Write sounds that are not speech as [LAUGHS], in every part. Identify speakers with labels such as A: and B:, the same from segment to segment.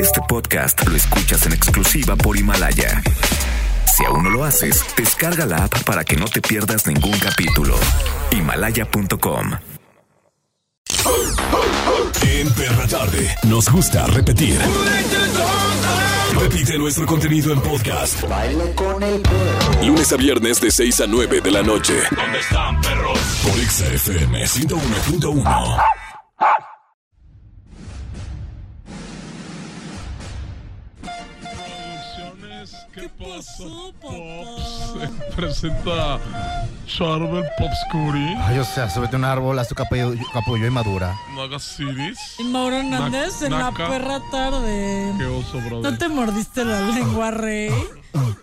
A: Este podcast lo escuchas en exclusiva por Himalaya. Si aún no lo haces, descarga la app para que no te pierdas ningún capítulo. Himalaya.com.
B: En Perra Tarde nos gusta repetir. Repite nuestro contenido en podcast. Lunes a viernes de 6 a 9 de la noche. ¿Dónde están, perros? Por XFM 101.1.
C: ¿Qué pasó, Pops? Presenta Charbel Popscuri.
D: Ay, o sea, súbete a un árbol, haz tu capullo, capullo y madura.
C: Nagasiris.
E: Y Mauro Hernández en la
C: naca.
E: perra tarde.
C: Qué oso, brother.
E: ¿No te mordiste la lengua, rey?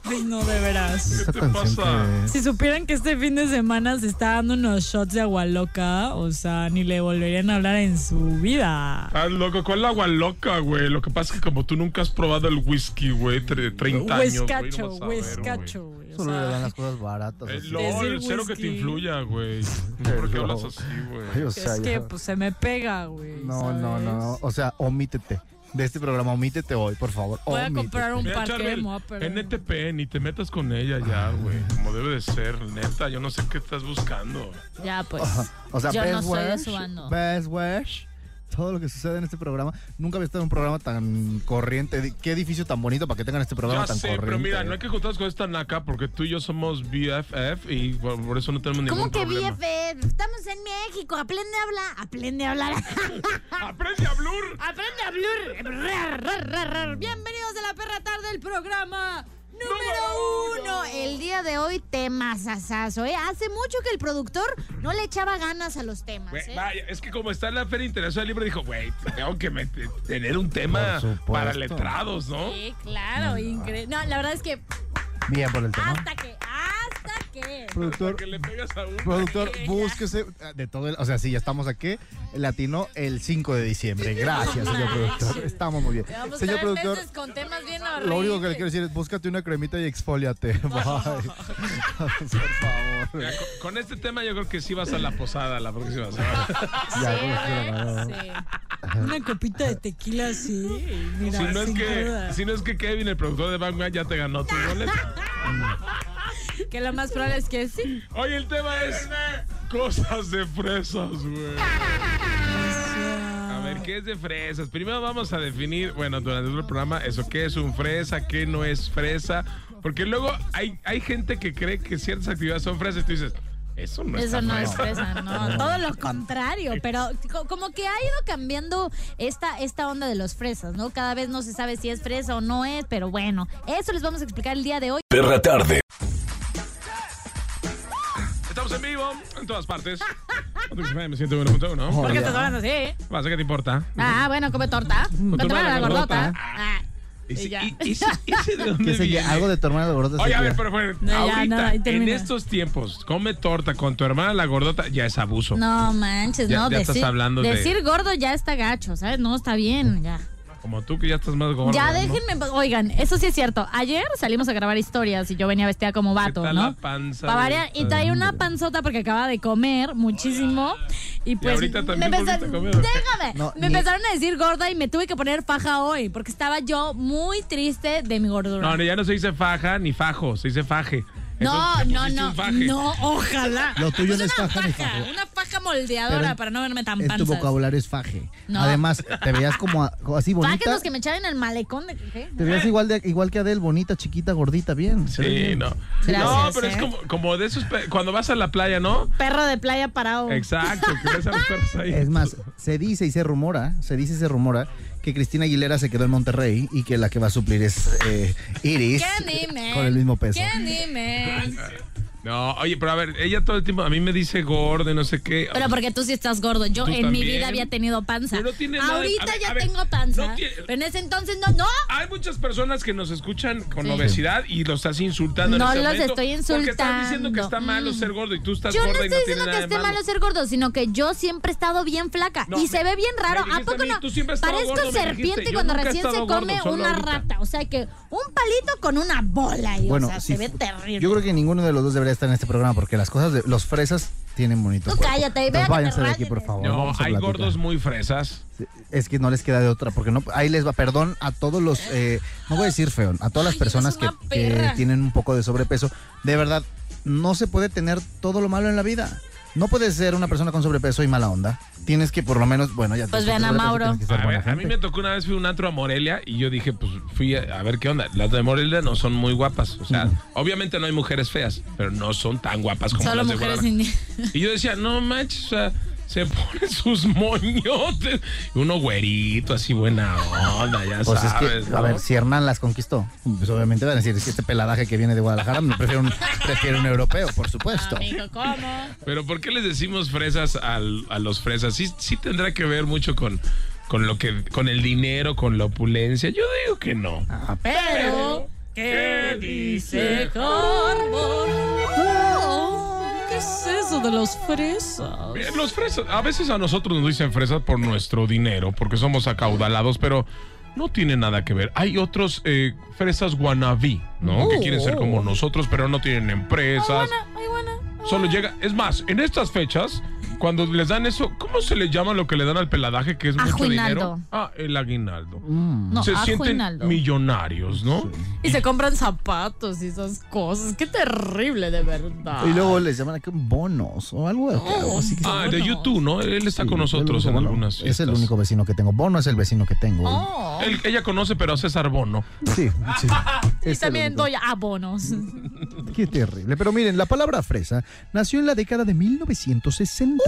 E: Ay, no, de veras.
D: Esa
C: te
D: canción
C: pasa?
D: que-
E: Si supieran que este fin de semana se está dando unos shots de agua loca, o sea, ni le volverían a hablar en su vida.
C: Ah, loco, ¿cuál agua loca, güey? Lo que pasa es que como tú nunca has probado el whisky, güey, tre- 30 años. güey, no
E: Huescacho,
C: vas a ver,
E: huescacho,
C: güey.
E: güey. O
D: Solo le dan
E: sea,
D: las cosas baratas.
C: Eh,
D: así.
C: LOL,
E: el
C: el cero que te
E: whisky.
C: influya, güey. No, ¿Por qué hablas así,
D: Ay,
C: güey?
D: o sea,
E: es
D: ya-
E: que pues se me pega, güey.
D: No, no, no, no.
E: ¿sabes?
D: O sea, omítete. De este programa, omítete hoy, por favor.
E: Voy a
D: omítete.
E: comprar
D: [LAUGHS]
E: un
C: Mira,
E: parque de
C: Charbel,
E: moa, pero.
C: NTP, ni te metas con ella ya, güey. Como debe de ser, neta. Yo no sé qué estás buscando.
E: Ya, pues.
D: O sea,
E: Yo
D: best
E: no soy de
D: wish,
E: su bando.
D: Best wish. Todo lo que sucede en este programa. Nunca había estado en un programa tan corriente. Di- Qué edificio tan bonito para que tengan este programa
C: Ya
D: tan
C: sé,
D: corriente. ¿eh?
C: pero mira, no hay que contar con esta naca porque tú y yo somos BFF y por, por eso no tenemos ningún
F: ¿Cómo que
C: Este, problema.
F: BFF? Estamos en México. Aprende a hablar. Aprende a hablar. [LAUGHS]
C: ¡Aprende a blur!
F: Aprende a hablar. Bienvenidos a la perra tarde del programa. Número uno. El día de hoy, temas asazo, ¿eh? Hace mucho que el productor no le echaba ganas a los temas,
C: Güey,
F: ¿eh?
C: vaya, es que como está en la Feria Internacional del Libro, dijo, güey, tengo que met- tener un tema
D: Por supuesto.
C: para letrados, ¿no?
F: Sí, claro, increíble. No, la verdad es que
D: Bien por el tema.
F: hasta que, hasta que.
D: Productor,
C: Que le pegas a uno.
F: [LAUGHS]
D: productor, búsquese ah, de todo el, o sea, sí, ya estamos aquí, latino el 5 de diciembre. Gracias, señor productor. Estamos muy bien.
E: Llevamos
D: Señor
E: tres
D: productor,
E: meses con temas bien
D: lo único que le
E: horribles.
D: quiero decir es búscate una cremita y
F: [LAUGHS]
D: exfoliate. Bye. [LAUGHS] Por favor.
C: Mira, con, con este tema yo creo que sí vas a la posada la próxima semana.
D: Ya,
E: Sí,
D: como quiera,
E: güey,
D: no.
E: sí. Una copita de tequila así. Mira,
C: si, no es
E: sin
C: que,
E: duda.
C: si no es que Kevin, el productor de Batman, ya te ganó tu boleto.
E: Que lo más probable es que sí.
C: Oye, el tema es cosas de fresas, güey. A ver, ¿qué es de fresas? Primero vamos a definir, bueno, durante todo el programa, eso, qué es un fresa, qué no es fresa. Porque luego hay, hay gente que cree que ciertas actividades son fresas y tú dices, eso no es
F: Eso
C: tan
F: no es
C: fresa.
F: fresa, no. Todo lo contrario, pero co- como que ha ido cambiando esta, esta onda de los fresas, ¿no? Cada vez no se sabe si es fresa o no es, pero bueno, eso les vamos a explicar el día de hoy.
B: Perra Tarde.
C: Estamos en vivo en todas partes. Me siento 1.1.
F: ¿Por qué estás hablando así? eh?
C: Pasa que te importa.
F: Ah, bueno, come torta. Come
C: torta
F: torta
C: de
F: la
C: gordota.
F: gordota. Ah,
C: Ese-
E: ya.
C: y- ese- ese
D: [LAUGHS]
C: de dónde
D: ¿Qué se
C: viene?
D: lle- Algo de tu hermana de gordo.
C: Oye, a ver, pero bueno,
E: No, ya,
C: ahorita,
E: no, ahí
C: en
E: termina.
C: estos tiempos, come torta con tu hermana la gordota, ya es abuso.
F: No manches,
C: Ya-
F: no.
C: ya estás
F: decir,
C: hablando de-
F: decir gordo ya está gacho, ¿sabes? No, está bien, ya.
C: Como tú que ya estás más gordo.
F: Ya
C: ¿no?
F: déjenme, en paz. oigan, eso sí es cierto. Ayer salimos a grabar historias y yo venía vestida como vato,
C: tal
F: ¿no?
C: la panza
F: Pa'
C: de-
F: variar, y traía una panzota porque acababa de comer muchísimo. Y pues
C: ahorita también
F: me,
C: volviste
F: empezaron-
C: a comer, ¿o qué?
F: Déjame,
D: No,
F: me
D: ni-
F: empezaron a decir gorda y me tuve que poner faja hoy porque estaba yo muy triste de mi gordura.
C: No, ya no se dice faja ni fajo, se dice faje.
F: No,
C: Entonces, te
F: no,
C: pusiste
F: no,
C: un faje.
F: no, ojalá.
D: Lo tuyo no
F: Pues
D: es
F: una
D: faja ni fajo.
F: Una faja moldeadora
D: Pero en-
F: para no verme tan
D: En tu
F: panzas.
D: vocabulario es faje.
F: No.
D: Además, te veías como a- así bonita.
F: Fáquenos que me echaron el malecón de... ¿qué?
D: Te
F: [LAUGHS]
D: veías igual, de, igual que Adel, bonita, chiquita, gordita, bien. Se ve
C: Sí,
D: bien.
C: no. no,
F: Gracias,
C: pero es
F: eh.
C: como, como de esos. pe- Cuando vas a la playa, ¿no?
F: Perro de playa parado.
C: Exacto, que ves a los perros ahí.
D: Es más, se dice y se rumora, se dice y se rumora que Cristina Aguilera se quedó en Monterrey y que la que va a suplir es eh, Iris
F: ¿Qué
D: [LAUGHS]
F: anime?
D: con el mismo peso.
F: ¿Qué anime?
C: No, oye, pero a ver, ella todo el tiempo a mí me dice gordo y no sé qué.
F: Pero porque tú sí estás gordo. Yo
C: Tú
F: en mi
C: también.
F: vida había tenido panza.
C: Pero no tiene nada de-
F: Ahorita
C: a ver,
F: ya
C: a ver,
F: tengo panza.
C: no tiene-
F: Pero en ese entonces no. ¡No!
C: Hay muchas personas que nos escuchan con
F: Sí.
C: obesidad y los estás insultando. en
F: No
C: este
F: los
C: momento
F: estoy
C: Porque estás diciendo que
F: insultando.
C: está malo ser gordo y tú estás
F: Yo no
C: gorda y
F: estoy
C: no tiene
F: diciendo que
C: nada de
F: esté malo ser gordo, sino que yo siempre he estado bien flaca.
C: No,
F: y
C: me-
F: se ve bien
C: me
F: raro. ¿A
C: dijiste
F: poco
C: a mí,
F: no?
C: "Tú siempre has estado
F: Parezco
C: gordo", me dijiste.
F: serpiente
C: Yo
F: cuando
C: nunca he
F: recién se
C: estado gordo,
F: come
C: solo
F: una
C: ahorita.
F: rata. O sea que un palito con una bola. Y,
D: Bueno,
F: o sea,
D: sí,
F: se ve terrible.
D: Yo creo que ninguno de los dos debería estar en este programa porque las cosas de los fresas tienen bonito.
F: Tú
D: cuerpo.
F: cállate,
D: Entonces,
F: vea que te
D: váyanse de aquí,
F: rayen.
D: por favor.
C: No,
D: vamos a
C: hay
D: platicar.
C: gordos muy fresas.
D: Es que no les queda de otra, porque no, ahí les va, perdón a todos los, eh, no voy a decir feo, a todas las
F: Ay,
D: personas que,
F: eres una
D: que
F: perra.
D: tienen un poco de sobrepeso, de verdad, no se puede tener todo lo malo en la vida. No puedes ser una persona con sobrepeso y mala onda. Tienes que por lo menos, bueno, ya
F: Pues
D: tú tienes
F: vean a
D: sobrepeso,
F: Mauro.
D: tienes que ser
C: A,
D: buena
C: ver, a mí
D: gente.
C: me tocó una vez, fui a un antro a Morelia y yo dije, pues fui a, a ver qué onda. Las de Morelia no son muy guapas. O sea, obviamente no hay mujeres feas, pero no son tan guapas como
E: Solo
C: las de
E: mujeres
C: Guadalajara.
E: indias.
C: Y yo decía, no manches, o sea, se [LAUGHS] ponen sus moñotes. Y uno güerito, así buena onda, ya
D: Pues es
C: sabes.
D: que,
C: ¿no?
D: a ver, si Hernán las conquistó, pues obviamente van a decir, es que este peladaje que viene de Guadalajara, me prefiero un, prefiero un europeo, por supuesto.
E: Amigo, ¿cómo?
C: Pero ¿por qué les decimos fresas al- a los fresas? Sí, sí tendrá que ver mucho con, con lo que, con el dinero, con la opulencia. Yo digo que no.
E: Pero, ¿qué dice Carmen? Oh, ¿Qué es eso de los fresas?
C: Eh, Los fresas, a veces a nosotros nos dicen fresas por nuestro dinero, porque somos acaudalados, pero no tiene nada que ver. Hay otros eh, fresas guanabí, ¿no? Que quieren ser como nosotros, pero no tienen empresas.
E: Ay, bueno.
C: Solo llega. Es más, en estas fechas, cuando les dan eso, ¿cómo se le llama lo que le dan al peladaje, que es mucho
F: Ajuinaldo.
C: dinero? Ah, el aguinaldo.
F: No,
C: se sienten
F: ajuinaldo.
C: millonarios, ¿no?
E: Y se compran zapatos y esas cosas. Qué terrible, de verdad.
D: Y luego les llaman aquí bonos o algo,
F: Oh,
D: algo así que se-
C: Ah, de YouTube, ¿no? Él está con nosotros
D: El
C: en
D: único bono.
C: algunas.
D: Es el
C: fiestas.
D: único vecino que tengo. Bono es el vecino que tengo.
E: Oh,
C: Él- ella conoce, pero a César Bono.
D: Sí, sí.
E: y
D: Es el
E: también
D: único.
E: doy abonos.
D: Qué terrible. Pero miren, la palabra fresa nació en la década de 1960.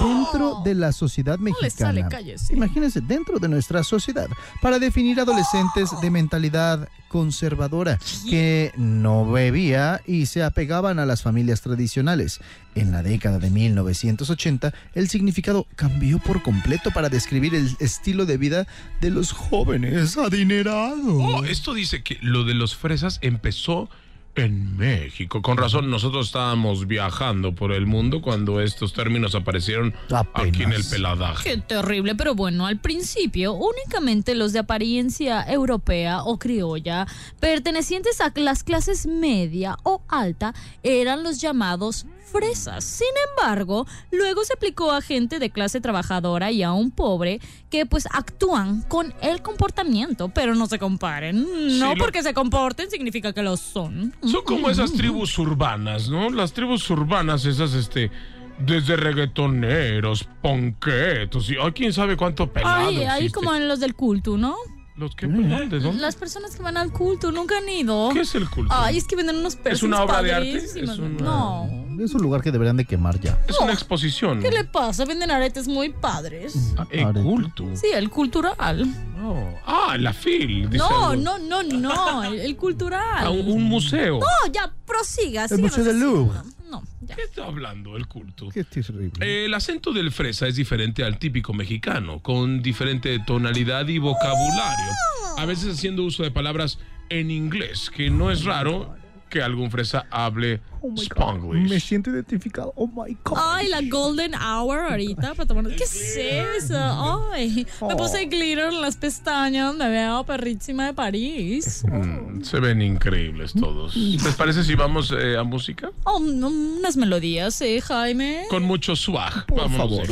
D: Dentro de la sociedad
E: les sale,
D: mexicana.
E: cállese.
D: Imagínense, dentro de nuestra sociedad. Para definir adolescentes de mentalidad conservadora que no bebía y se apegaban a las familias tradicionales. En la década de 1980, el significado cambió por completo para describir el estilo de vida de los jóvenes adinerados.
C: Oh, esto dice que lo de los fresas empezó en México. Con razón, nosotros estábamos viajando por el mundo cuando estos términos aparecieron
D: Apenas.
C: aquí en el peladaje.
E: Qué terrible, pero bueno, al principio únicamente los de apariencia europea o criolla, pertenecientes a las clases media o alta, eran los llamados fresas. Sin embargo, luego se aplicó a gente de clase trabajadora y a un pobre que pues actúan con el comportamiento, pero no se comparen. No
C: Sí, lo-
E: porque se comporten significa que lo son.
C: Son como esas tribus urbanas, ¿no? Las tribus urbanas, esas, este, desde reggaetoneros, ponquetos y, ay, quién sabe cuánto pelado
E: Ay, ahí
C: existe.
E: como en los del culto, ¿no?
C: Los que perdón, ¿de dónde?
E: Las personas que van al culto nunca han ido.
C: ¿Qué es el culto?
E: Ay, es que venden unos piercings
C: una obra de arte?
E: padrísimos.
C: Es una-
E: No.
D: Es un lugar que deberían de quemar ya.
C: es una exposición.
E: ¿Qué le pasa? Venden aretes muy padres.
C: Ah, eh,
D: Arete.
C: culto.
E: Sí, el cultural.
C: No. Ah, la fil. dice
E: No,
C: algo.
E: no, no, no. El, el
C: Ah,
E: cultural.
C: un, un museo.
E: No, ya, prosiga.
D: El Museo del Louvre.
E: No, ya.
C: ¿Qué está hablando el culto?
D: Qué terrible.
C: Eh, El acento del fresa es diferente al típico mexicano, con diferente tonalidad y vocabulario, a veces haciendo uso de palabras en inglés, que no es raro que algún fresa hable
E: Oh
D: Me
C: spanglish.
D: siento identificado. Oh my God.
E: Ay, la golden hour ahorita para tomar... ¿Qué es eso? Ay, me puse
C: Oh.
E: glitter en las pestañas, me veo perrísima de París.
C: Mm, se ven increíbles todos.
D: Mm.
C: ¿Les parece si vamos eh, a música?
E: Oh, un- unas melodías, ¿eh, Jaime?
C: Con mucho swag. Por
D: favor.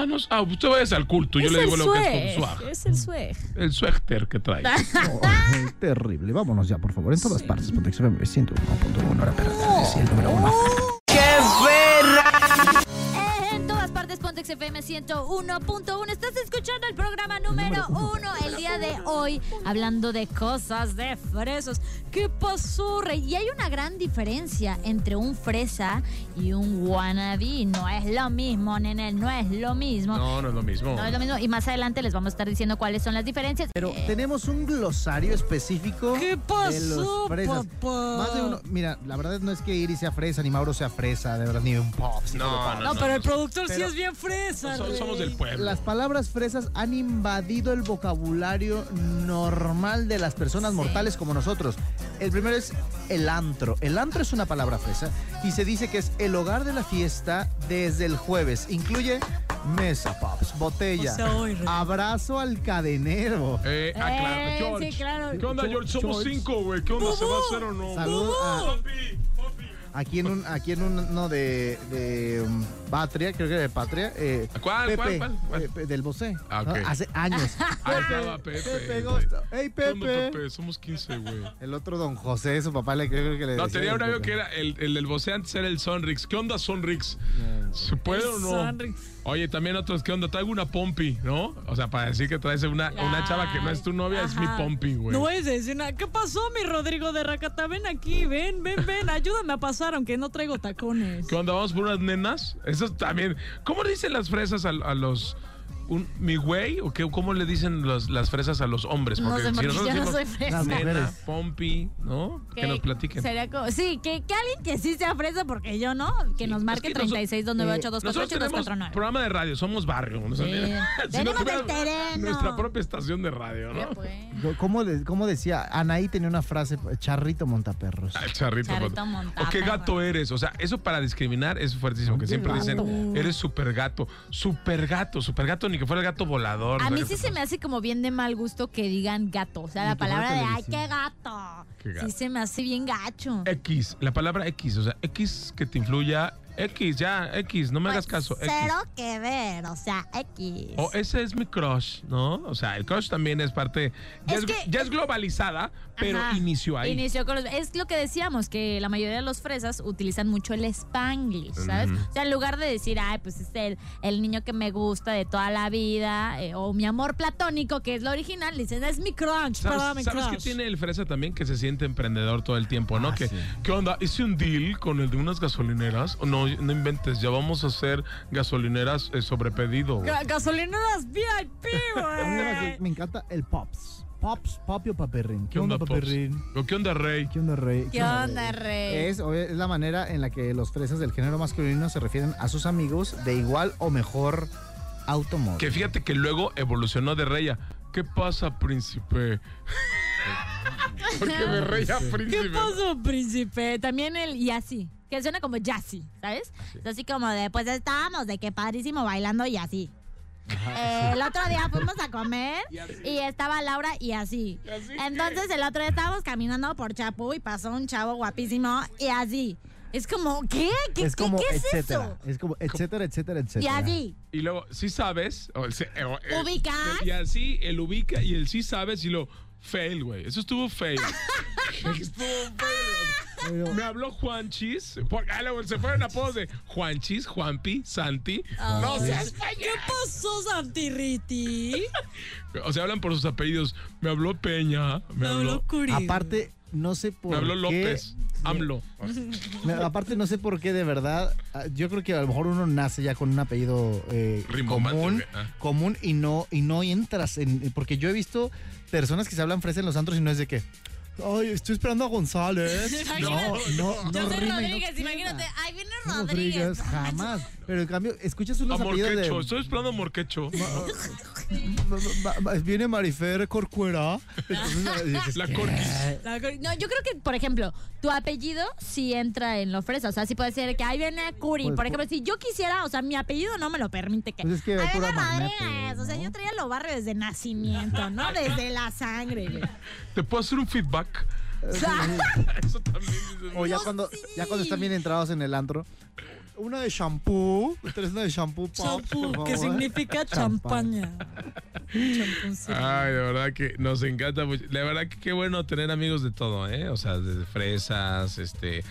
C: Ah, no, ah, usted vaya al culto, yo
E: Es
C: le
E: el
C: digo lo que es con
E: sueg,
C: swag.
E: Es el sueg.
C: El suéter que trae.
D: Ay, terrible. Vámonos ya, por favor. En todas partes. Pontex FM 101.1 hora perra tarde, sí, el número uno.
F: En todas partes, Pontex FM 101.1. Estás escuchando el programa número uno el día de hoy, hablando de cosas de fresos. ¿Qué pasó, Rey? Y hay una gran diferencia entre un fresa y un wannabe. No es lo mismo, nene, no es lo mismo.
C: No, no es lo mismo.
F: No es lo mismo. Y más adelante les vamos a estar diciendo cuáles son las diferencias.
D: Pero tenemos un glosario específico
E: ¿Qué
D: de
E: pasó,
D: los fresas.
E: papá?
D: Más de uno. Mira, la verdad no es que Iris sea fresa, ni Mauro sea fresa, de verdad, ni un pop. si te lo pago.
E: No, pero el productor sí es bien fresa.
C: So- somos del pueblo.
D: Las palabras fresas han invadido el vocabulario normal de las personas mortales como nosotros. El primero es el antro. El antro es una palabra fresa y se dice que es el hogar de la fiesta desde el jueves. Incluye mesa, pops, botella.
E: O sea, hoy, Rey.
D: abrazo al cadenero.
C: Eh, ah, claro,
E: Eh,
C: George.
E: sí, claro.
C: ¿Qué onda, George? Somos
D: George.
C: cinco, güey. ¿Qué onda? ¿Se va a hacer o no?
D: Salud a-
C: Papi, papi.
D: aquí en un, aquí en uno de, de um, Patria, creo que era de Patria. eh,
C: ¿Cuál, cuál, cuál, cuál?
D: Pepe eh, del Bosé.
C: Ah,
D: ¿no?
C: ok.
D: Hace años.
C: Ahí estaba [LAUGHS] Pepe.
D: Pepe
C: güey.
D: Gosta. Ey,
C: ¿Qué onda,
D: Pepe.
C: Pepe? Somos 15, güey.
D: El otro don José, su papá le creo que le
C: No,
D: decía
C: tenía un
D: el
C: amigo que
D: Pepe.
C: era el, el del voceo antes era el Sonrix. ¿Qué onda Sonrix? ¿Se puede o no?
E: Sonrix.
C: Oye, también otros, ¿qué onda? Traigo una pompi, ¿no? O sea, para decir que traes una, una chava que no es tu novia, es mi
E: Ajá.
C: pompi, güey.
E: No es decir nada. ¿Qué pasó, mi Rodrigo de Racata? Ven aquí, ven, ven, ven. Ayúdame a pasar, aunque no traigo tacones.
C: ¿Qué onda? ¿Vamos por unas nenas? Eso también. ¿Cómo le dicen las fresas a, a los. un- ¿Mi güey? ¿O qué, cómo le dicen los- las fresas a los hombres?
F: No sé, porque yo no soy fresa.
D: Las
C: nena,
D: mujeres.
C: pompi, ¿no? Que nos platiquen.
F: Sería como- sí, que, que alguien que sí sea fresa, porque yo no, que nos marque
C: que noso-
F: 36
C: Nosotros
F: 298
C: tenemos programa de radio, somos barrio. ¿no? [LAUGHS]
F: Sí. Venimos del
C: tuviéramos
F: terreno.
C: Nuestra propia estación de radio, ¿no?
D: ¿Cómo, de- cómo decía? Anaí tenía una frase, charrito montaperros.
C: Ah, Charrito,
F: Charrito
C: pato.
F: montado.
C: o qué gato eres. O sea, eso para discriminar es fuertísimo. Que siempre dicen, eres super gato. Super gato, super gato, ni que fuera el gato volador. pues,
F: A
C: o sea,
F: mí
C: que-
F: sí se me hace como bien de mal gusto que digan gato. O sea, la
D: Ni que fuera
F: palabra de ay,
D: televisión.
F: qué gato.
C: Qué gato.
F: Sí se me hace bien gacho.
C: X, la palabra X, o sea, X que te influya. X, ya, X, no me hagas
F: Pues,
C: caso. X.
F: Cero que ver, o sea, X.
C: O ese es mi crush, ¿no? O sea, el crush también es parte. Ya es,
F: Es que-
C: ya es globalizada, pero
F: Ajá.
C: inició ahí.
F: Inició con los- Es lo que decíamos, que la mayoría de los fresas utilizan mucho el spanglish, ¿sabes? O sea, en lugar de decir, ay, pues es el, el niño que me gusta de toda la vida, eh, o mi amor platónico, que es lo original, dicen, es mi crunch, perdón, mi
C: ¿Sabes, ¿sabes qué
F: crunch.
C: tiene el fresa también? Que se siente emprendedor todo el tiempo, ¿no?
D: Ah,
C: que,
D: sí.
C: ¿Qué onda? ¿Hice un deal con el de unas gasolineras? O no, no inventes, ya vamos a hacer gasolineras eh, sobre pedido. güey.
E: Ga- gasolineras VIP,
F: [LAUGHS]
E: güey.
D: Me encanta el pops. Pops, papio paperrín. ¿Qué, onda,
C: Pops?
D: paperrín?
C: ¿O ¿Qué onda, Rey?
D: ¿Qué onda, rey?
F: ¿Qué onda, rey?
D: Es, o es la manera en la que los fresas del género masculino se refieren a sus amigos de igual o mejor automóvil.
C: Que fíjate que luego evolucionó de Rey a, ¿Qué pasa, príncipe? Porque de Rey a príncipe.
E: ¿Qué pasó, príncipe?
F: También el yassi, que suena como yassi, ¿sabes?
D: Ah,
F: Es así como de, pues estábamos de que padrísimo bailando y así. Eh, el otro día fuimos a comer y estaba Laura y así. Entonces el otro día estábamos caminando por Chapu y pasó un chavo guapísimo y así. Es como, ¿qué? ¿Qué
D: es
F: qué-
D: como
F: qué es
D: etcétera.
F: eso?
D: Es como etcétera, etcétera,
F: Y
D: etcétera.
F: así.
C: Y luego, sí sabes. O el se- eh, o- eh,
F: ¿Ubicas?
C: Y así, el ubica y el sí sabes y lo fail, güey. Eso estuvo [LAUGHS] fail. estuvo fail. güey. Me habló Juanchis. por- ah, luego se fueron apodos de Juanchis, Juanpi, Santi. No seas
E: ¿Qué pasó, Santirriti?
C: O sea, hablan por sus apellidos. Me habló Peña. Me,
E: Me habló
C: habló.
E: Curi.
D: Aparte, no sé por
C: Me habló
D: qué.
C: López. AMLO.
D: Me- Aparte, no sé por qué, de verdad. ah, Yo creo que a lo mejor uno nace ya con un apellido eh,
C: Rimbombante,
D: común,
C: ¿ok? Ah.
D: común y no y no entras en. eh, Porque yo he visto personas que se hablan fresa en los antros y no es de que. Ay, estoy esperando a
F: [LAUGHS]
D: González. No, no, no.
F: Yo soy
D: rima y no
F: Rodríguez,
D: queda.
F: imagínate. Ahí viene
D: Rodríguez,
F: Rodríguez.
D: jamás.
F: [LAUGHS]
D: Pero en cambio, escuchas
C: A
D: unos apellidos de.
C: Morquecho. Estoy esperando a Morquecho.
D: Ma- ma- ma- Viene Marifer Corcuera.
F: [LAUGHS]
D: Entonces, eh, dices,
C: La
D: ¿qué?
C: Corquis.
F: La cor- No, yo creo que, por ejemplo, tu apellido sí entra en los fresas. O sea, sí puede ser que ahí viene Curi.
D: Pues,
F: por
D: por-
F: ejemplo, si yo quisiera, o sea, mi apellido no me lo permite que.
D: Pues es que
F: ahí
D: hay puro
F: viene Rodríguez.
D: magnate,
F: O sea,
D: ¿no?
F: yo traía los barrios desde nacimiento, ¿no? Desde la sangre. güey.
C: ¿Te puedo hacer un [LAUGHS] feedback?
F: O sea,
C: Eso también. dices,
D: O ya
F: No,
D: cuando,
F: sí.
D: ya cuando están bien entrados en el antro. Una de shampoo. Tres una de shampoo. Pop, por
E: Champú,
D: favor.
E: que significa champaña. Ah. Champoncito.
C: Ay, de verdad que nos encanta mucho. La verdad que qué bueno tener amigos de todo, ¿eh? O sea, desde fresas, este,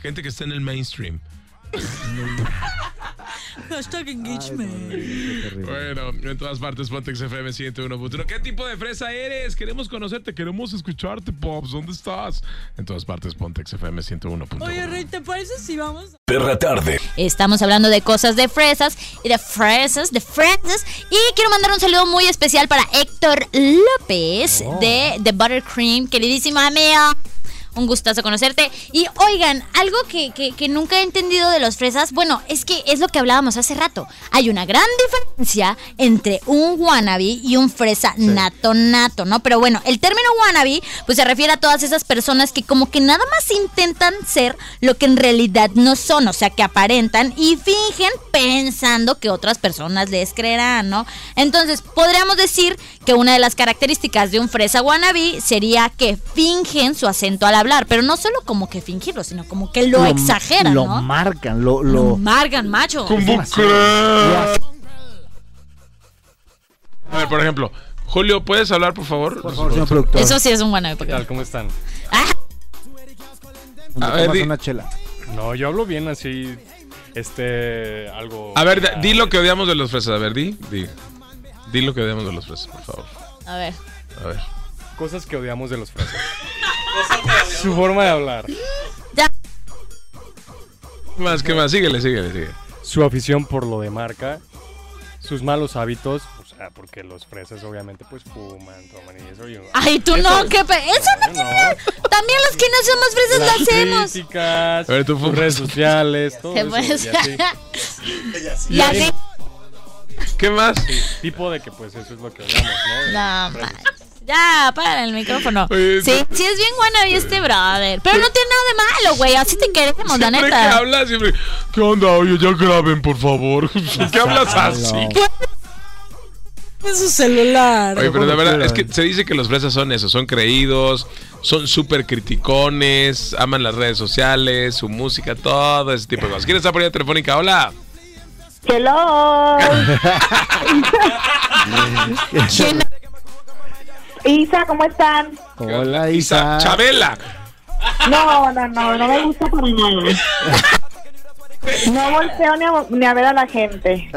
C: gente que está en el mainstream.
E: Hashtag engagement.
C: Bueno, en todas partes, Pontex FM 101.1. ¿Qué tipo de fresa eres? Queremos conocerte, queremos escucharte, Pops. ¿Dónde estás? En todas partes, Pontex FM 101.1.
E: Oye, Rey, ¿te parece si vamos
B: Perra tarde.
F: Estamos hablando de cosas de fresas y de fresas, de fresas. Y quiero mandar un saludo muy especial para Héctor López de The Buttercream, queridísimo amigo. Un gustazo conocerte. Y oigan, algo que, que- que nunca he entendido de los fresas, bueno, es que es lo que hablábamos hace rato. Hay una gran diferencia entre un wannabe y un fresa nato nato, ¿no? Pero bueno, el término wannabe, pues se refiere a todas esas personas que como que nada más intentan ser lo que en realidad no son, o sea, que aparentan y fingen pensando que otras personas les creerán, ¿no? Entonces, podríamos decir que una de las características de un fresa wannabe sería que fingen su acento al hablar, pero no solo como que fingirlo, sino como que lo, exageran,
D: Lo
F: ¿no?
D: marcan, lo.
F: Lo
D: lo...
F: marcan, macho.
C: ¿Cómo crees? A ver, por ejemplo, Julio, ¿puedes hablar, por favor?
D: Por favor, señor productor.
F: Eso sí es un wannabe. porque-
G: ¿Qué tal? ¿Cómo están?
D: me
C: A ver,
D: tomas
C: di-
D: una chela.
G: No, yo hablo bien así, este, algo...
C: A ver, da- di lo que odiamos de los fresas. A ver, di, di. Di lo que odiamos de los fresas, por favor.
F: A ver.
C: A ver.
G: Cosas que odiamos de los fresas. Su forma de hablar.
C: ¿Qué más? ¿Qué más? Síguele, síguele, síguele.
G: Su afición por lo de marca. Sus malos hábitos. O sea, porque los fresas obviamente pues fuman, toman y eso. Y,
F: Ay, tú no, qué pe- Eso no tiene nada. También los que no somos fresas pues lo
G: Las
F: hacemos.
G: críticas,
C: A ver, tú
G: sus
C: fumas.
G: redes sociales, todo
F: Se
G: eso,
F: puede-
G: y así.
F: Y así-
C: ¿Qué más?
G: Tipo de que pues eso es lo que hablamos, ¿no?
F: No, ma- ya, apaga el micrófono.
C: Oye,
F: sí, sí es bien wannabe este brother. Pero no tiene nada de malo, güey. Así te queremos, la
C: Siempre que
F: neta.
C: hablas, siempre. ¿Qué onda? Oye, ya graben, por favor. [LAUGHS] ¿Por ¿Qué hablas así?
E: En su celular.
C: Oye, pero la verdad es que se dice que los fresas son eso, son creídos, son súper criticones, aman las redes sociales, su música, todo ese tipo de cosas. ¿Quién está por ahí telefónica? Hola.
H: Hello,
F: ¿Quién-
H: Isa, ¿cómo están?
D: Hola,
G: Ah.
D: Isa.
C: Chabela.
H: No, no, no, no me gusta para nada. No volteo ni a, ni a ver a la gente.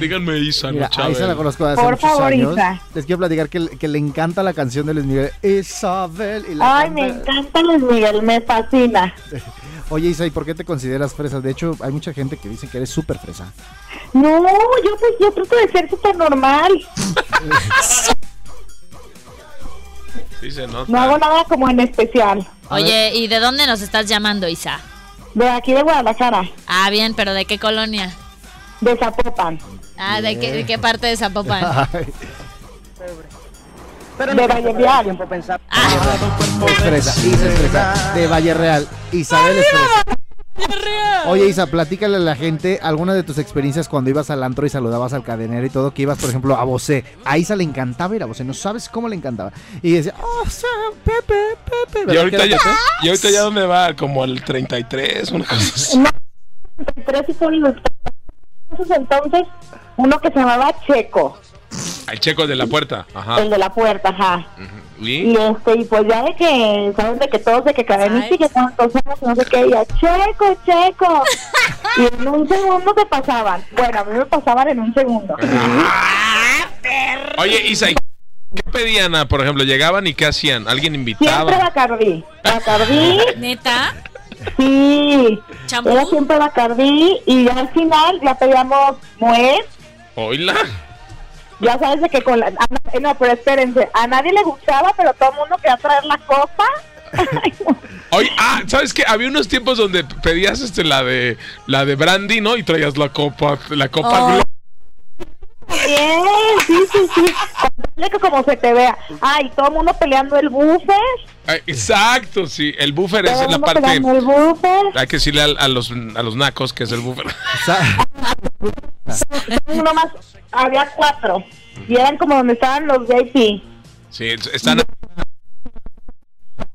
C: Díganme Isa,
D: Mira,
C: no
D: a Isa la
C: Chabela.
D: conozco hace
H: Por
D: muchos
H: favor,
D: años.
H: Isa.
D: Les quiero platicar que, que le encanta la canción de Luis Miguel. Isabel. Y la
H: Ay, me
D: canta-
H: encanta Luis Miguel, me fascina.
D: Oye, Isa, ¿y por qué te consideras fresa? De hecho, hay mucha gente que dice que eres súper fresa.
H: No, yo pues yo trato de ser súper normal.
C: Sí, se nota.
H: No hago nada como en especial.
F: Oye, ¿y de dónde nos estás llamando, Isa?
H: De aquí de Guadalajara,
F: Ah, bien, pero ¿de qué colonia?
H: de Zapopan,
F: Ah, ¿de qué, de qué parte de Zapopan?
H: de Valle Real.
F: Ah,
D: Es fresa. Isa es fresa. De Valle Real. Isabel es fresa. Oye, Isa, platícale a la gente alguna de tus experiencias cuando ibas al antro y saludabas al cadenero y todo, que ibas, por ejemplo, a Bosé. A Isa le encantaba ir a Bosé, no sabes cómo le encantaba. Y decía, oh, sí, Pepe, Pepe. ¿Verdad
C: Y
D: que
C: ahorita,
D: era
C: ya,
D: Bosé?
C: y ahorita ya dónde va, como al 33, una cosa así.
H: Tres y por los- entonces, uno que se llamaba Checo,
C: Al checo de la puerta. Ajá.
H: el de la puerta, ajá.
C: ¿Y?
H: Y este, y pues ya de que, saben de que todos de que caen
F: Ay.
H: y que cuántos somos, no sé qué, y ya, checo, checo. y en un segundo te pasaban. Bueno, a mí me pasaban en un segundo.
C: Oye, Isa, ¿y ¿qué pedían, ah, por ejemplo? ¿Llegaban y qué hacían? ¿Alguien
H: Siempre
C: invitaba?
H: Bacardí. Bacardí,
F: ¿Neta?
H: sí.
F: ¿Champú?
H: Era siempre Bacardí. Y ya al final ya pedíamos Moet.
C: Oila.
H: Ya sabes de que con la. a na- eh, no, pero espérense. A nadie le gustaba, pero todo el mundo quería traer la copa. Ay, no.
C: Oye, ah, ¿sabes qué? Había unos tiempos donde pedías este, la de la de brandy, ¿no? Y traías la copa, la
H: Oh.
C: copa Glo-
H: Bien, sí, sí, sí. Contarle que como se te vea. Ay, todo el mundo peleando el buffet.
C: Ah, Exacto, sí. El buffer
H: Todo
C: es
H: el
C: la
H: mundo
C: parte.
H: peleando el buffet.
C: Hay que decirle al- a, los a los nacos que es el buffer. [LAUGHS]
D: Sa-
H: Uno más, había cuatro. Y eran como donde estaban los VIP.
C: Sí, es- están.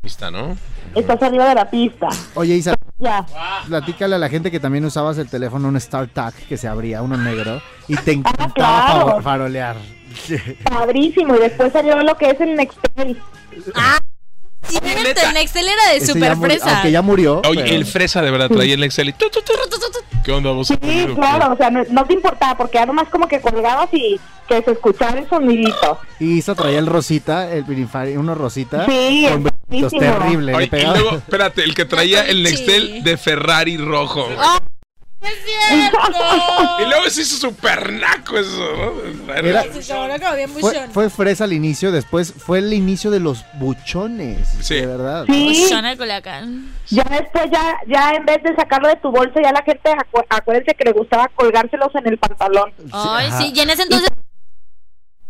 C: Está, ¿no?
H: Estás arriba de la pista.
D: Oye, Isa,
H: Ya.
D: platícale a la gente que también usabas el teléfono, un StarTag que se abría, uno negro, y te encantaba
H: claro.
D: faro- farolear.
H: Padrísimo. Y después salió lo que es el Nextel.
F: Cierto, en Excel era de
D: Ese
F: super
D: ya murió-
F: fresa.
D: Aunque ya murió.
C: Oye,
D: pero-
C: el fresa de verdad traía el Excel y. tu, tu, tu, tu, tu, tu. ¿Qué onda vos?
H: Sí, claro. O sea, no, no te importaba porque era nomás como que colgabas y que se escuchaba el sonidito.
D: Y Isa traía el rosita, el pirifari- uno rosita.
H: Sí,
D: con
H: es
D: brillitos,
H: buenísimo.
D: terrible. le
C: Oye, y
D: pegaba-
C: luego, espérate, el que traía el Nextel de Ferrari rojo. güey.
I: Oh.
C: Y luego se hizo super naco eso, ¿no?
D: Era-
I: Sí, cabrón, como bien
D: Fue,
I: buchón.
D: fue fresa al inicio, después fue el inicio de los buchones. De verdad.
H: [LAUGHS]
I: Pues
H: Sí,
J: Buchona de Culiacán.
H: ya después ya, ya en vez de sacarlo de tu bolsa, ya la gente, acu- acuérdense que le gustaba colgárselos en el pantalón.
E: Ay,
D: Ajá.
E: sí, y en ese entonces.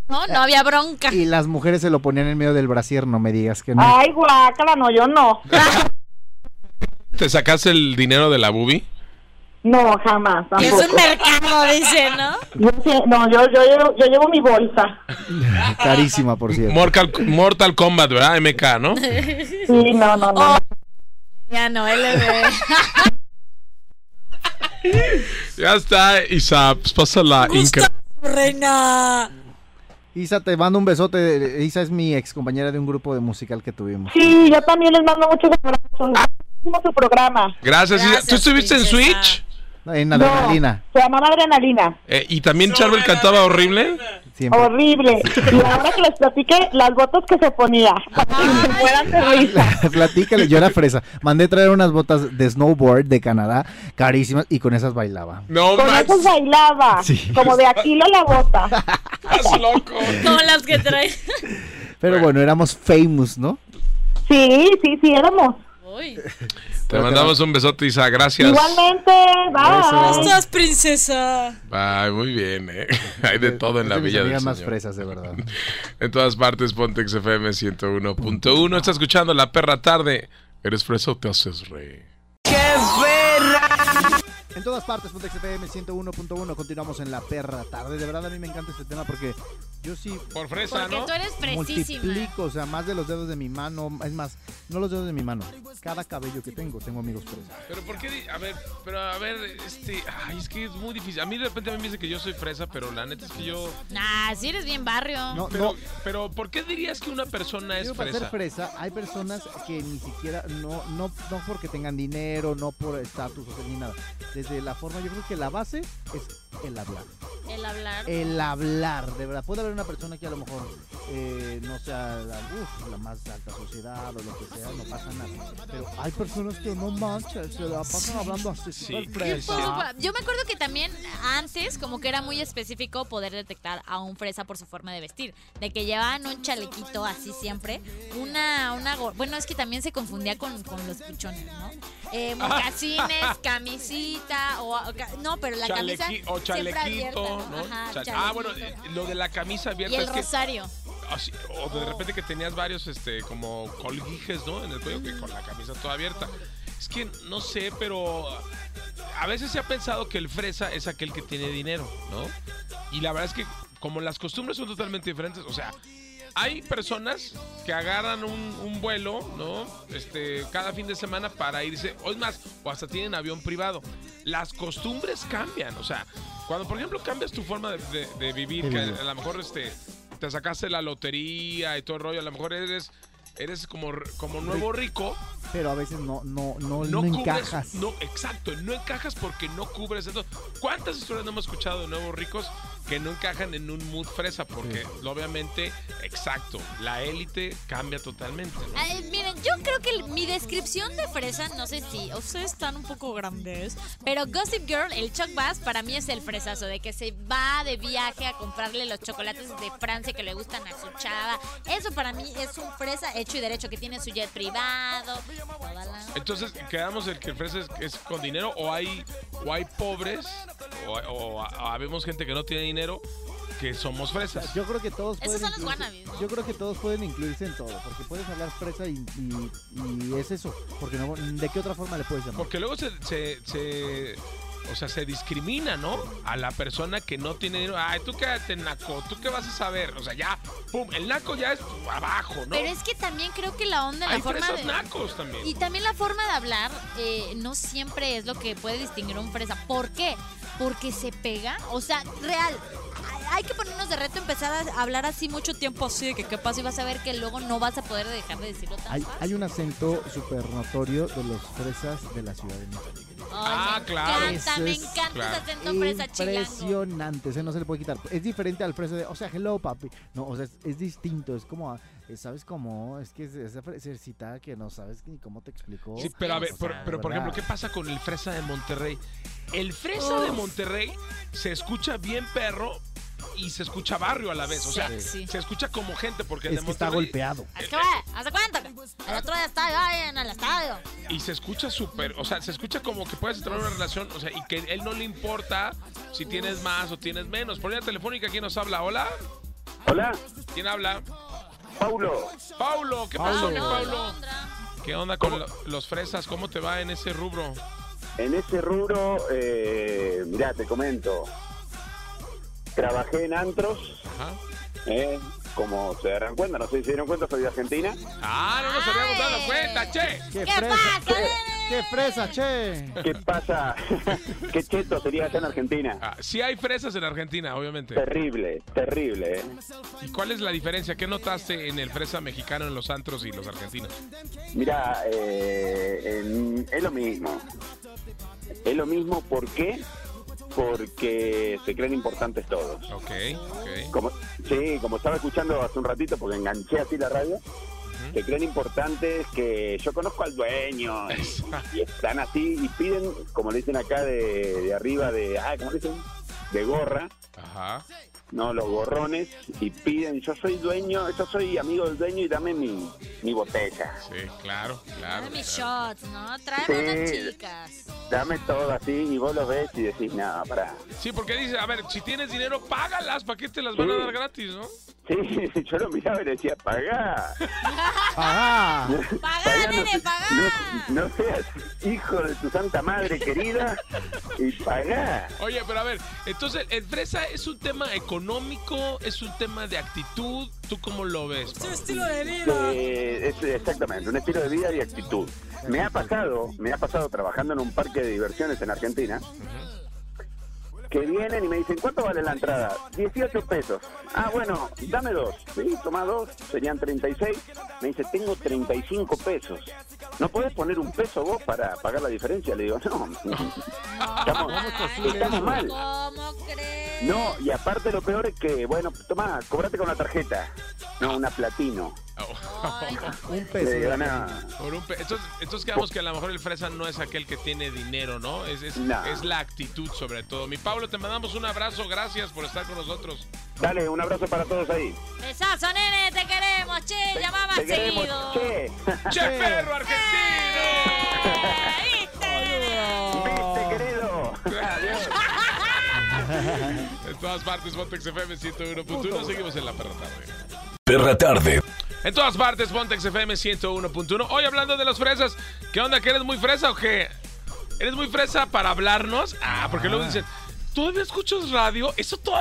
E: No, no había bronca.
D: Y las mujeres se lo ponían en medio del brasier, no me digas que no.
H: Ay, guácala, no, yo no.
C: ¿Te sacaste el dinero de la boobie?
H: No, jamás.
I: Y es
H: Tampoco.
I: un mercado, dice, ¿no?
H: Yo sí- no, yo, yo, llevo- yo llevo mi bolsa.
D: Carísima, por cierto.
C: Mortal, Mortal Kombat, ¿verdad?
I: [LAUGHS]
C: MK, ¿no?
H: Sí, no, no, no.
I: Oh.
E: Ya no, LB.
C: Ya está, Isa, pues pasa la Inca.
I: Gustavo, reina.
D: Isa, te mando un besote. Isa es mi ex compañera de un grupo de musical que tuvimos.
H: Sí, yo también les mando muchos abrazos. Hicimos su programa.
C: Gracias, Isa.
I: Gracias,
C: ¿Tú estuviste en
I: princesa.
C: Switch?
D: En
H: No,
D: adrenalina.
H: se llamaba Adrenalina.
C: Eh, y también Charbel cantaba horrible.
D: Siempre.
H: Horrible. Y ahora que les platique las botas que se ponía. para que se fueran de risa.
D: [LAUGHS] Platícale, yo era fresa. Mandé traer unas botas de snowboard de Canadá, carísimas, y con esas bailaba.
C: No
H: Con
C: más.
H: esos bailaba.
D: Sí.
H: Como de Aquila la bota.
C: Estás
D: [LAUGHS]
C: loco.
J: Como las que trae.
D: Pero bueno, éramos famous, ¿no?
H: Sí, sí, sí, éramos.
J: Uy.
C: Te mandamos un besote, Isa. Gracias.
D: ¿eh?
H: Igualmente,
D: Besos.
H: bye.
I: Estás princesa.
C: Ay, muy bien, ¿eh? [LAUGHS] Hay de todo en la
D: Es de mis
C: villa del
D: amigas más
C: señor.
D: fresas, de verdad.
C: [LAUGHS] En todas partes, Pontex FM 101.1. Está escuchando La Perra Tarde. ¿Eres fresa o te haces rey?
D: [LAUGHS] En todas partes, Pontex FM 101.1. Continuamos en la perra tarde. De verdad, a mí me encanta este tema porque yo sí
C: Por fresa, ¿no?
E: eres
D: multiplico, o sea, más de los dedos de mi mano. Es más, no los dedos de mi mano. Cada cabello que tengo, tengo amigos fresas.
C: Pero por qué, di- a ver, pero a ver, este, ay, es que es muy difícil. A mí de repente a mí me dicen que yo soy fresa, pero la neta es que yo,
E: Nah, sí eres bien barrio.
D: No,
C: pero,
D: no.
C: pero ¿por qué dirías que una persona es
D: Digo, para ser
C: fresa?
D: fresa, hay personas que ni siquiera, no, no, no porque tengan dinero, no por estatus o sea, ni nada. Desde la forma, yo creo que la base es el hablar.
E: El hablar.
D: El hablar, de verdad. Puede haber una persona que a lo mejor eh, no sea la, uf, la más alta sociedad o lo que sea, no pasa nada. Pero hay personas que no manchan, se la pasan hablando así.
C: Sí.
D: súper
C: ¿Qué
D: fresa.
E: Pues, Yo me acuerdo que también antes como que era muy específico poder detectar a un fresa por su forma de vestir, de que llevaban un chalequito así siempre, una, una go- bueno es que también se confundía con, con los puchones, ¿no? Eh, mocasines,
C: [LAUGHS]
E: camisita, o, o ca- no, pero la camisa
C: Chalequi- o
E: siempre
C: chalequito,
E: abierta,
C: ¿no?
E: Ajá,
C: Chale-
E: chalequito.
C: ah, bueno, eh, lo de la camisa
E: y
C: abierta
E: el
C: Pues es que,
E: rosario.
C: así, o de repente que tenías varios, este, como colguijes, ¿no? En el cuello, que con la camisa toda abierta. Es que no sé, pero a veces se ha pensado que el fresa es aquel que tiene dinero, ¿no? Y la verdad es que como las costumbres son totalmente diferentes, o sea, hay personas que agarran un, un vuelo, ¿no? Este, cada fin de semana para irse, o es más, o hasta tienen avión privado. Las costumbres cambian, o sea, cuando por ejemplo cambias tu forma de, de- de vivir, que a lo mejor este, te sacaste la lotería y todo el rollo, a lo mejor eres, eres como, como nuevo rico,
D: Pero a veces no, no, no, Pues no,
C: cubres-
D: encajas.
C: No, exacto, no encajas porque no cubres eso. ¿Cuántas historias no hemos escuchado de nuevos ricos que no encajan en un mood fresa? Porque obviamente, exacto, la élite cambia totalmente. ¿no?
E: Ay, miren, yo creo que el- mi descripción de fresa, no sé si
I: Ustedes están un poco grandes.
E: Pero Gossip Girl, el Chuck Bass, para mí es el fresazo, de que se va de viaje a comprarle los chocolates de Francia que le gustan a su chava. Eso para mí es un fresa hecho y derecho, que tiene su jet privado. toda la-
C: Entonces, ¿quedamos el que el fresa es, es con dinero o hay, o hay pobres o, hay- o ha- habemos gente que no tiene dinero que somos
D: O sea,
C: fresas?
D: Yo creo que todos
E: Esos
D: pueden
E: son los
D: incluirse-
E: wannabes, ¿no?
D: Yo creo que todos pueden incluirse en todo, porque puedes hablar fresa y, y- y es eso, porque no, ¿de qué otra forma le puedes llamar?
C: Porque luego se... se- se- o sea, se discrimina, ¿no? A la persona que no tiene dinero. Ay, tú quédate naco, tú qué vas a saber. O sea, ya, pum, el naco ya es abajo, ¿no?
E: Pero es que también creo que la onda, la
C: Hay
E: forma
C: fresas
E: de...
C: nacos también.
E: Y también la forma de hablar eh, no siempre es lo que puede distinguir un fresa. ¿Por qué? Porque se pega. O sea, real. hay- Hay que ponernos de reto empezar a hablar así mucho tiempo así de que qué pasa y vas a ver que luego no vas a poder dejar de decirlo tan
D: Hay,
E: fácil.
D: hay un acento súper notorio de los fresas de la Ciudad de México.
E: Ay,
C: Ah,
E: me
C: claro.
E: Encanta,
D: Eso
E: me
D: es-
E: encanta
C: claro.
E: ese acento fresa chilango.
D: Impresionante, ese no se le puede quitar. Es diferente al fresa de, o sea, hello papi. No, o sea, es, es distinto, es como,
K: eh, ¿sabes cómo? Es que es esa fresecita que no sabes ni cómo te explicó.
C: Sí, pero a ver,
K: O sea,
C: pero,
K: de
C: pero, por
K: verdad.
C: ejemplo, ¿qué pasa con el fresa de Monterrey? El fresa de Monterrey se escucha bien perro y se escucha barrio a la vez. O sea,
L: Sexy.
C: se escucha como gente porque el
K: Es
C: de
K: que está
C: Monterrey-
K: golpeado.
L: Es que, va,
C: eh.
L: ¿hace cuánto? El otro día estaba yo en el estadio.
C: Y se escucha súper, o sea, se escucha como que puedes entrar en una relación, o sea, y que él no le importa si tienes más o tienes menos. Por la telefónica, ¿quién nos habla? ¿Hola?
G: Hola,
C: ¿Quién habla?
G: Paulo.
C: Paulo, ¿qué pasó, mi
G: Paulo.
C: Paulo? ¿Qué onda con lo- los fresas? ¿Cómo te va en ese rubro?
G: En ese rubro, eh, mirá, te comento. Trabajé en antros,
C: Ajá.
G: eh, como se darán cuenta, no sé si se dieron cuenta, soy de Argentina.
C: Ah, no nos habíamos dado cuenta, che.
K: ¡Qué, fresa! ¡Qué fresa,
E: [LAUGHS]
K: che!
G: ¿Qué pasa? [LAUGHS] ¿Qué cheto sería acá en Argentina?
C: Ah, sí hay fresas en Argentina, obviamente.
G: Terrible, terrible. eh.
C: ¿Y cuál es la diferencia? ¿Qué notaste en el fresa mexicano, en los antros y los argentinos?
G: Mira, eh, en- es lo mismo. Es lo mismo, ¿por qué? Porque se creen importantes todos.
C: Ok, ok.
G: Como, sí, como estaba escuchando hace un ratito, porque enganché así la radio, se creen importantes que yo conozco al dueño y, y están así y piden, como le dicen acá de, de arriba, de, ah, ¿cómo le dicen? De gorra,
C: Ajá.
G: ¿no? Los gorrones y piden, yo soy dueño, yo soy amigo del dueño y dame mi, mi botella.
C: Sí, claro, claro.
L: Dame mis
C: claro.
L: shots, ¿no? Tráeme unas
G: Sí.
L: chicas.
C: [LAUGHS]
G: Dame todo así y vos lo ves y decís, no, pará.
C: Sí, porque dice, a ver, si tienes dinero, págalas, ¿para qué te las van a
G: Sí.
C: dar gratis, no?
G: Sí, [LAUGHS] yo lo miraba y le decía, pagá.
K: ¡Ah!
L: Pagá,
G: no
L: nene,
G: se-
L: pagá.
G: No, no seas hijo de tu santa madre querida y pagá.
C: Oye, pero a ver, entonces, ¿el fresa es un tema económico? ¿Es un tema de actitud? ¿Tú cómo lo ves?
M: Su estilo de vida.
G: Eh, es exactamente, un estilo de vida y actitud. Me ha pasado, me ha pasado trabajando en un parque de diversiones en Argentina, que vienen y me dicen, ¿cuánto vale la entrada? 18 pesos. Ah, bueno, dame dos. Sí, toma dos, serían 36. Me dice, tengo 35 pesos. ¿No podés poner un peso vos para pagar la diferencia? Le digo, no, estamos, estamos mal.
L: ¿Cómo crees?
G: No, y aparte lo peor es que, bueno, toma, cobrate con la tarjeta. No, una platino. Eh,
L: Ay,
K: Un
G: Le
K: peso.
G: digo, "No".
C: Por un pe- entonces, entonces quedamos que a lo mejor el fresa no es aquel que tiene dinero, ¿no? Es, es,
G: No.
C: es la actitud sobre todo. Mi Pablo, te mandamos un abrazo, gracias por estar con nosotros.
G: Dale, un abrazo para todos ahí.
L: besazo, nene, te queremos, che, llama más
G: Te queremos.
L: seguido.
G: Che,
C: ¡Che perro argentino!
L: Ahí está, nene.
G: viste, querido. Adiós.
C: [LAUGHS] En todas partes, Montex FM 101.1, seguimos en la perra tarde.
B: Perra tarde.
C: En todas partes, Pontex FM 101.1. Hoy hablando de los fresas. ¿Qué onda? ¿Que eres muy fresa o qué? ¿Eres muy fresa para hablarnos? Ah, porque luego dicen, ¿todavía escuchas radio? Eso todavía